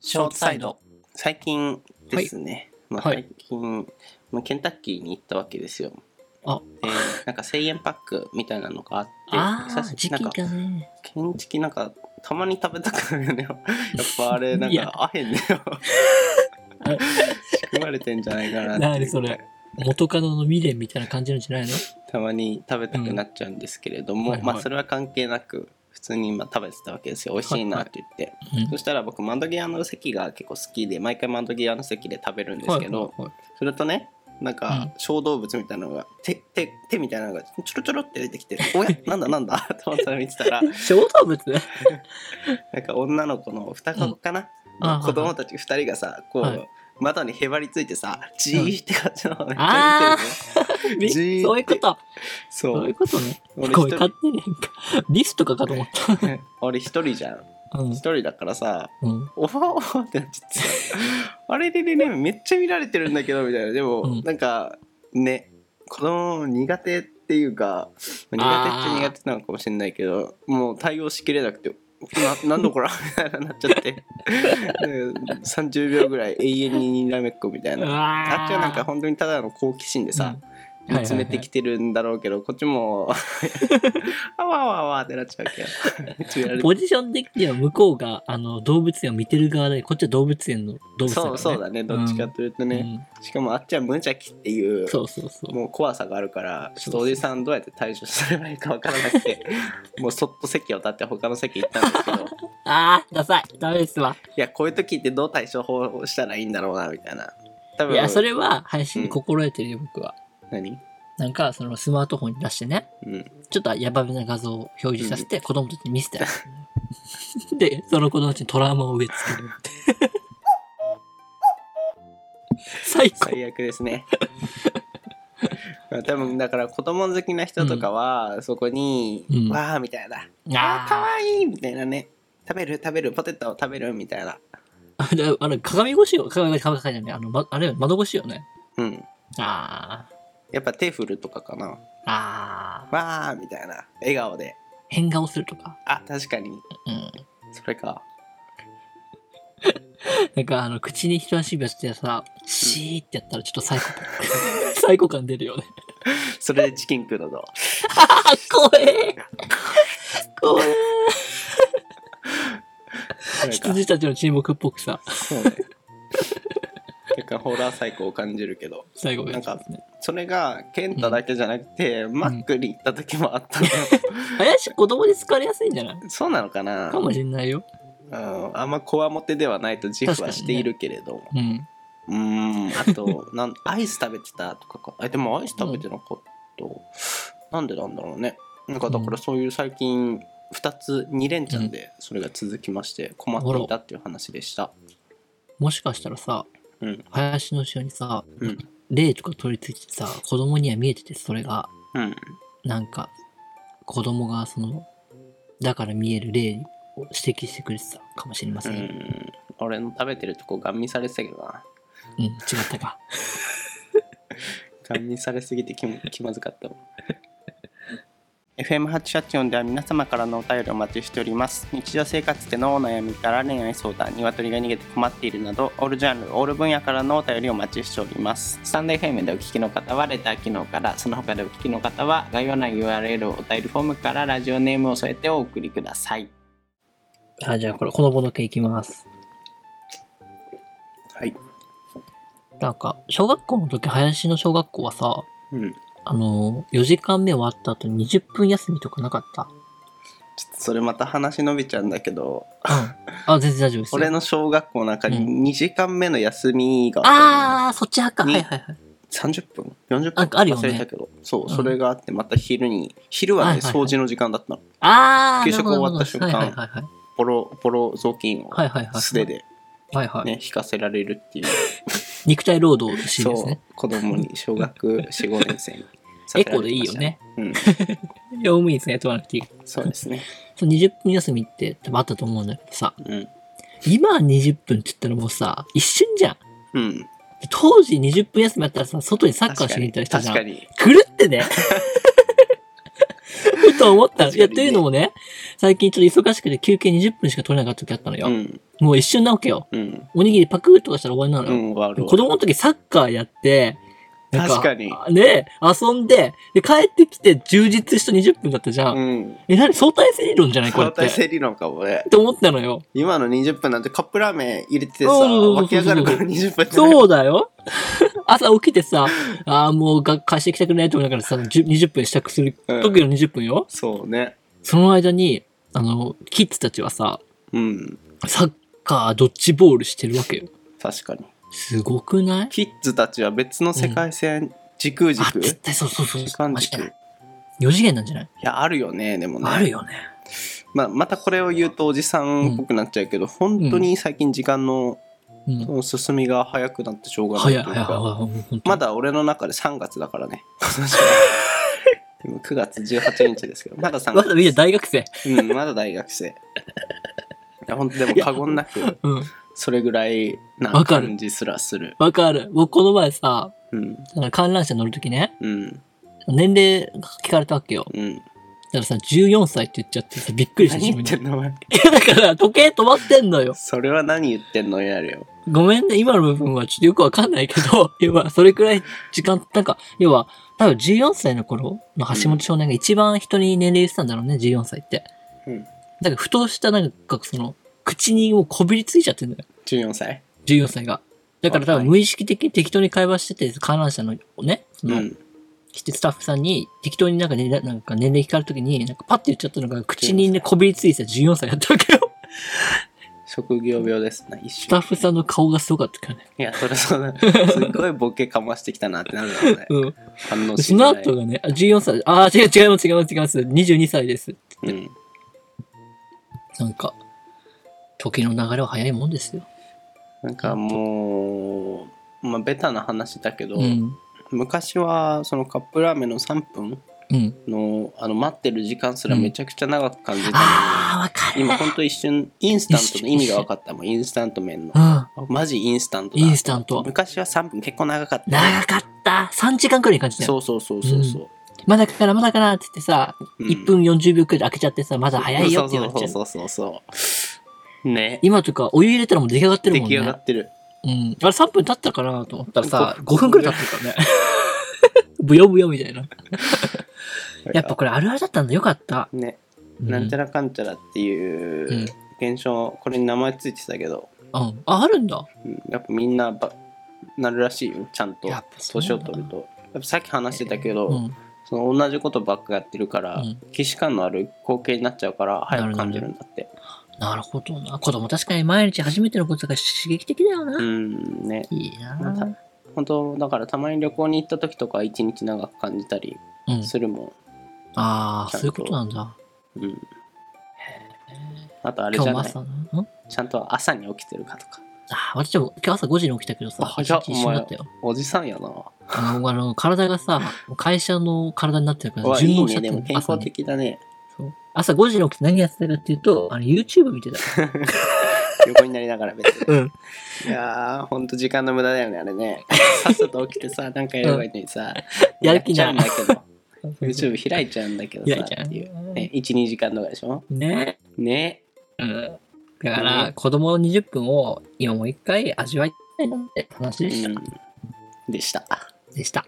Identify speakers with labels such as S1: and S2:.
S1: ショートサイド。
S2: 最近ですね、まあ、
S1: はい
S2: 最近、まあ、ケンタッキーに行ったわけですよ
S1: あ
S2: でなんか1000円パックみたいなのがあって
S1: ああ、
S2: 久し
S1: 時
S2: なんか
S1: 期がね。
S2: ケンチキなんかたまに食べたくなるよね やっぱあれなん
S1: いや
S2: かアヘンだよ仕組まれてんじゃないかなっていう
S1: 何それ元カノの未練みたいな感じなんじゃないの
S2: たまに食べたくなっちゃうんですけれども、
S1: うんはいはい
S2: まあそれは関係なく普通に今食べてたわけですよ美味しいなって言って、
S1: うん
S2: そしたら僕窓際の席が結構好きで毎回窓際の席で食べるんですけど、
S1: はいはいはい
S2: それとねなんか
S1: う
S2: 小動物みたいなのが手手手みたいなのがちょろちょろって出てきて「お やなんだなんだ?」と思ったら見てたら
S1: 小動物
S2: なんか女の子の双子かな、
S1: うんあ
S2: 子供たち2人がさこう、
S1: はい
S2: 窓にへばりついてさじーって感じのめっちゃ
S1: あ
S2: 見てるね
S1: み
S2: じーって
S1: そういうこと。
S2: そ
S1: そういう
S2: う
S1: ことね。
S2: 俺
S1: こ
S2: 一
S1: れ
S2: 人
S1: 勝手になんか、リスとかかと思っ
S2: 俺一人じゃん
S1: た。うん
S2: 一。人だからさ
S1: うん。
S2: おはおはってなっちゃってさあれれれれめっちゃ見られてるんだけどみたいなでも、
S1: うん
S2: なんかね子供苦手っていうか苦手っちゃ苦手なのかもしれないけどもう対応しきれなくて「ななんだこら」みたいになっちゃって で30秒ぐらい永遠ににらめっこみたいなあっちはなんか本当にただの好奇心でさ、
S1: うんはいはいはい
S2: 詰めてきてるんだろうけどこっちも あわあわあわってなっちゃうけど 詰められて
S1: ポジション的には向こうがあの動物園を見てる側で、こっちは動物園の動物園だか
S2: そうそ
S1: らね
S2: うだねどっちかというとね、しかもあっちは無邪気ってい
S1: うん
S2: う
S1: そうそうそう。
S2: もう怖さがあるからちょ
S1: そ
S2: っと
S1: うそう
S2: おじさんどうやって対処すればいいか分からなくてもうそっと席を立って他の席行ったんです けどい
S1: ああ、ダサい。ダメですわ。
S2: やこういう時ってどう対処法したらいいんだろうなみたいな多分
S1: いや、それは配信心得てるよ、僕は。
S2: 何
S1: なんか、そのスマートフォンに出してね、
S2: うん
S1: ちょっとヤバめな画像を表示させて、子供たちに見せてやる。 で、その子供たちにトラウマを植え付ける って。最高。
S2: 最悪です ねまあ多分だから子供好きな人とかはそこに「
S1: うん
S2: わあ」みたいな「あーか
S1: あ
S2: わいい」みたいなね食べる食べるポテトを食べるみたいな
S1: あ。であれ、鏡越しよ。鏡越し、鏡越しじゃない。あの、ま、あれ、窓越しよね。
S2: うん
S1: あ
S2: やっぱ手振るとかかな
S1: あ。
S2: 「
S1: ああ。
S2: わあ」みたいな笑顔で
S1: 変顔するとか。
S2: あ確かに
S1: うん。
S2: それか
S1: なんか、あの、口に人差し指をしてさ、シーってやったらちょっとサイコパス。サイコ感出るよね。
S2: それでチキン食うのどう
S1: あ、怖え怖え
S2: それか
S1: 羊たちの沈黙っぽくさ、
S2: そうねなんかホラー最高を感じるけど
S1: 最後がやっちゃうんですね。
S2: それがケンタだけじゃなくて、マックに行った時もあったのよ、
S1: 林子供に好かれやすいんじゃない
S2: そうなのかな
S1: かもしんないよ。
S2: うん、あんまこわもてではないと自負はしているけれど、
S1: うん。
S2: うーんあとなんアイス食べてたとかかあでもアイス食べてなかった、なんでなんだろうねなんかだからそういう最近2つ2連チャンでそれが続きまして困っていたっていう話でした、
S1: もしかしたらさ、
S2: うん
S1: 林の後ろにさ、
S2: うん
S1: 霊とか取り付いてさ、子供には見えてて、それが、
S2: うん
S1: なんか、子供がその、だから見える霊を指摘してくれてたかもしれま
S2: う
S1: せんよ。
S2: ん、俺の食べてるとこガン見されてたけどな
S1: うん、違ったか。
S2: ガン見されすぎて気も 気まずかったもん FM884 では皆様からのお便りをお待ちしております日常生活でのお悩みから恋愛相談鶏が逃げて困っているなどオールジャンルオール分野からのお便りをお待ちしておりますスタンド FM でお聞きの方はレター機能からその他でお聞きの方は概要欄 URL お便りフォームからラジオネームを添えてお送りください
S1: あ、じゃあこれ、ほのぼの系いきます。
S2: はい
S1: なんか、小学校の時、林の小学校はさ、
S2: うん
S1: あの、4時間目終わった後に20分休みとかなかった
S2: ちょっとそれまた話伸びちゃうんだけど
S1: あ、全然大丈夫ですよ。
S2: 俺の小学校の中
S1: う
S2: に2時間目の休みがあっ
S1: あー、そっち派か。は
S2: ね
S1: いはいはい。
S2: たの30分40分
S1: なんかあるよね
S2: 忘れたけどそう、
S1: ん
S2: それがあってまた昼に昼は
S1: はい
S2: ね
S1: はいはい
S2: 掃除の時間だったの
S1: あー、
S2: 給食
S1: なるほど
S2: 終わった瞬間
S1: なるほどはいはいはい。
S2: ポロポロ雑巾を
S1: はいはいはい。
S2: 素手。で
S1: はいはい。
S2: ね引かせられるっていう
S1: 肉体労働のシーン
S2: そ
S1: で
S2: う
S1: すね。
S2: 子供に小学45年生に
S1: エコでいいよね。
S2: うん
S1: 業務員さん雇わなくていい。
S2: そうですね
S1: その20分休みって多分あったと思うんだけどさ、
S2: うん
S1: 今は20分って言ったらもうさ、一瞬じゃん。
S2: うん
S1: 当時20分休みあったらさ、外にサッカー
S2: 確
S1: し
S2: か
S1: に行
S2: に
S1: ったりした
S2: 確
S1: じゃん
S2: か。に
S1: 狂ってね。ふと思った。
S2: 確
S1: い
S2: かにね
S1: や、というのもね、最近ちょっと忙しくて休憩20分しか取れなかった時あったのよ。
S2: うん。
S1: もう一瞬直けよ。
S2: うん。
S1: おにぎりパクッとかしたら終わりな
S2: う
S1: のよ。
S2: ん、わかるわ。
S1: 子供の時サッカーやって、なん
S2: 確かに。
S1: ね、遊んで、で、帰ってきて充実した20分だったじゃん。
S2: うん。
S1: え、なに相対性理論じゃないこれ
S2: 相
S1: っ
S2: 対
S1: て。
S2: 性理論かもね
S1: っ。て思ったのよ。
S2: 今の20分なんてカップラーメン入れてさ、
S1: そうそうそうそう
S2: 湧き上がるから20分じゃない
S1: そうだよ。 朝起きてさ、ああ、もうが会社行きたくないと思いながらさ、じゅ20分支度する時の20分よ。
S2: そうね。
S1: その間に、あの、キッズたちはさ、
S2: うん。
S1: サッカー、ドッジボールしてるわけよ。
S2: 確かに。
S1: すごくない
S2: キッズたちは別の世界線、時空
S1: あ、
S2: 軸
S1: 絶対そうそうそう。
S2: 時間
S1: 間違
S2: 軸。
S1: い
S2: い
S1: ない。4次元なんじゃない
S2: や、あるよね、でもね。
S1: あるよね。
S2: まあ、またこれを言うとおじさんっぽくなっちゃうけど、本当に最近時間の
S1: うん。
S2: 進みが早くなってしょうがない
S1: 早い
S2: という
S1: 早い
S2: か、
S1: 早い。
S2: ま
S1: だ。
S2: だ俺の中で3月だ からね。今9月18日ですけど、まだ3
S1: まだみんな
S2: 月。
S1: 大学生。
S2: うん、まだ大学生。いや、本当でも過言なく、
S1: うん。
S2: それぐらいな
S1: わかる
S2: 感じすらする。
S1: わかる。僕この前さ、
S2: うん、
S1: その観覧車乗るときね、
S2: うん、
S1: 年齢聞かれたわけよ。
S2: うん。
S1: だからさ、14歳って言っちゃってさ、びっくりした
S2: 何言って
S1: 自
S2: んのお前
S1: 分でだから、時計止まってんのよ。
S2: それは何言ってんのやるよ。
S1: ごめんね、今の部分はちょっとよくわかんないけど、 要は、それくらい時間、なんか、要は、多分14歳の頃の橋本少年が一番人に年齢言ってたんだろうね、14歳って。
S2: うん、
S1: だから、ふとした、なんか、その、口にもうこびりついちゃってんだよ、
S2: 14歳
S1: 14歳が。だから多
S2: は
S1: 分
S2: い
S1: 無意識的に適当に会話してて、観覧車のね、そうの、
S2: ん。
S1: してスタッフさんに適当になんか,、ね、なんか年齢聞かれるときに、なんかパッて言っちゃったのが口にね、こびりついてた14歳だったわ けよ。
S2: 職業病ですな、一
S1: ス
S2: 瞬
S1: タッ。フさんの顔がすごかったからね。
S2: いや、それそう だ。すっごいボケかましてきたなってなるだろうね。
S1: うん。
S2: 反応
S1: で
S2: し
S1: その
S2: ない。
S1: 後がね、あ14歳、ああ、違う違います違います違います。22歳です。
S2: うん。
S1: なんか、時の流れは早いもんですよ。
S2: なんかもう、まあ、ベタな話だけど、
S1: うん。
S2: 昔はそのカップラーメンの3分
S1: うん。
S2: のあの待ってる時間すらめちゃくちゃ長く感じたのに、
S1: ああ、わかる。
S2: 今ほんと一瞬インスタントの意味が分かったもんインスタント麺の
S1: うん。
S2: マジインスタントだ
S1: インスタント。
S2: 昔は3分結構長かった
S1: 長かった。3時間くらいに感じたよ。
S2: そうそうそうそうそう、
S1: まだかからまだかなって言ってさ、
S2: うん
S1: 1分40秒くらいで開けちゃってさ、まだ早いよって言われちゃう。
S2: そうそうそうそうそうね
S1: 今とかお湯入れたらもう出来上がってる
S2: 出
S1: もん
S2: 来
S1: ね。
S2: 上がってる
S1: うん。あれ3分経ったかなと思ったらさ、
S2: ご
S1: 5分くらい経ってたね。ぶよぶよみたいな。やっぱこれあるあるだったんだ。よかった。
S2: ねなんちゃ
S1: ら。
S2: らかんちゃらって
S1: うん。う
S2: い
S1: ん
S2: う現象、これに名前ついてたけど、
S1: あ、あるんだ。
S2: うんやっぱみんなばなるらしいよちゃんと
S1: やっぱそう
S2: 年
S1: な
S2: を
S1: んだ
S2: 取るとやっぱさっき話してたけど、
S1: うん。
S2: その同じことばっかやってるから、
S1: うん
S2: 既視感のある光景になっちゃうから早く感じるんだって
S1: なるほどな。子供確かに毎日初めてのことだから刺激的だよな。
S2: うんね
S1: いいな。
S2: また本当だからたまに旅行に行った時とか一日長く感じたり
S1: うん。
S2: するも
S1: ああ、
S2: ちゃんと
S1: そういうことなんだ。
S2: ん、うんあとあれ
S1: 今
S2: じ
S1: 日
S2: ゃ
S1: も
S2: ない
S1: 朝の。ん
S2: ちゃんと朝に起きてるかとか
S1: あー私でも今日朝5時に起きたけどさ
S2: あ、
S1: 一
S2: 早っ
S1: 日一緒だったよ。
S2: おじさんやな
S1: あの、あの体 がさ、会社の体になってるか
S2: う
S1: ら
S2: わい
S1: 順
S2: い
S1: 応しちゃ
S2: ね
S1: っ
S2: で
S1: てる
S2: も健
S1: 朝
S2: 康
S1: ね
S2: 的だね
S1: そう朝5時に起きて何やってたかっていうと、あの YouTube 見てた。
S2: 横になりながら別に
S1: うん。
S2: いやー、ほんと時間の無駄だよね、あれ ね。さっさと起きてさ、なんかやればいいのにさ、
S1: やる気
S2: ちゃ
S1: な
S2: う
S1: い
S2: んだけど、YouTube 開いちゃうんだけど
S1: 開
S2: さ
S1: いちゃ、う
S2: っていう。ね、1、2時間とかでしょ
S1: ね。
S2: ね。
S1: うん。だか
S2: う
S1: ら、
S2: ん
S1: 子供の20分を今もう一回味わいたいなって話
S2: う
S1: でした。
S2: ん。でした。
S1: でした。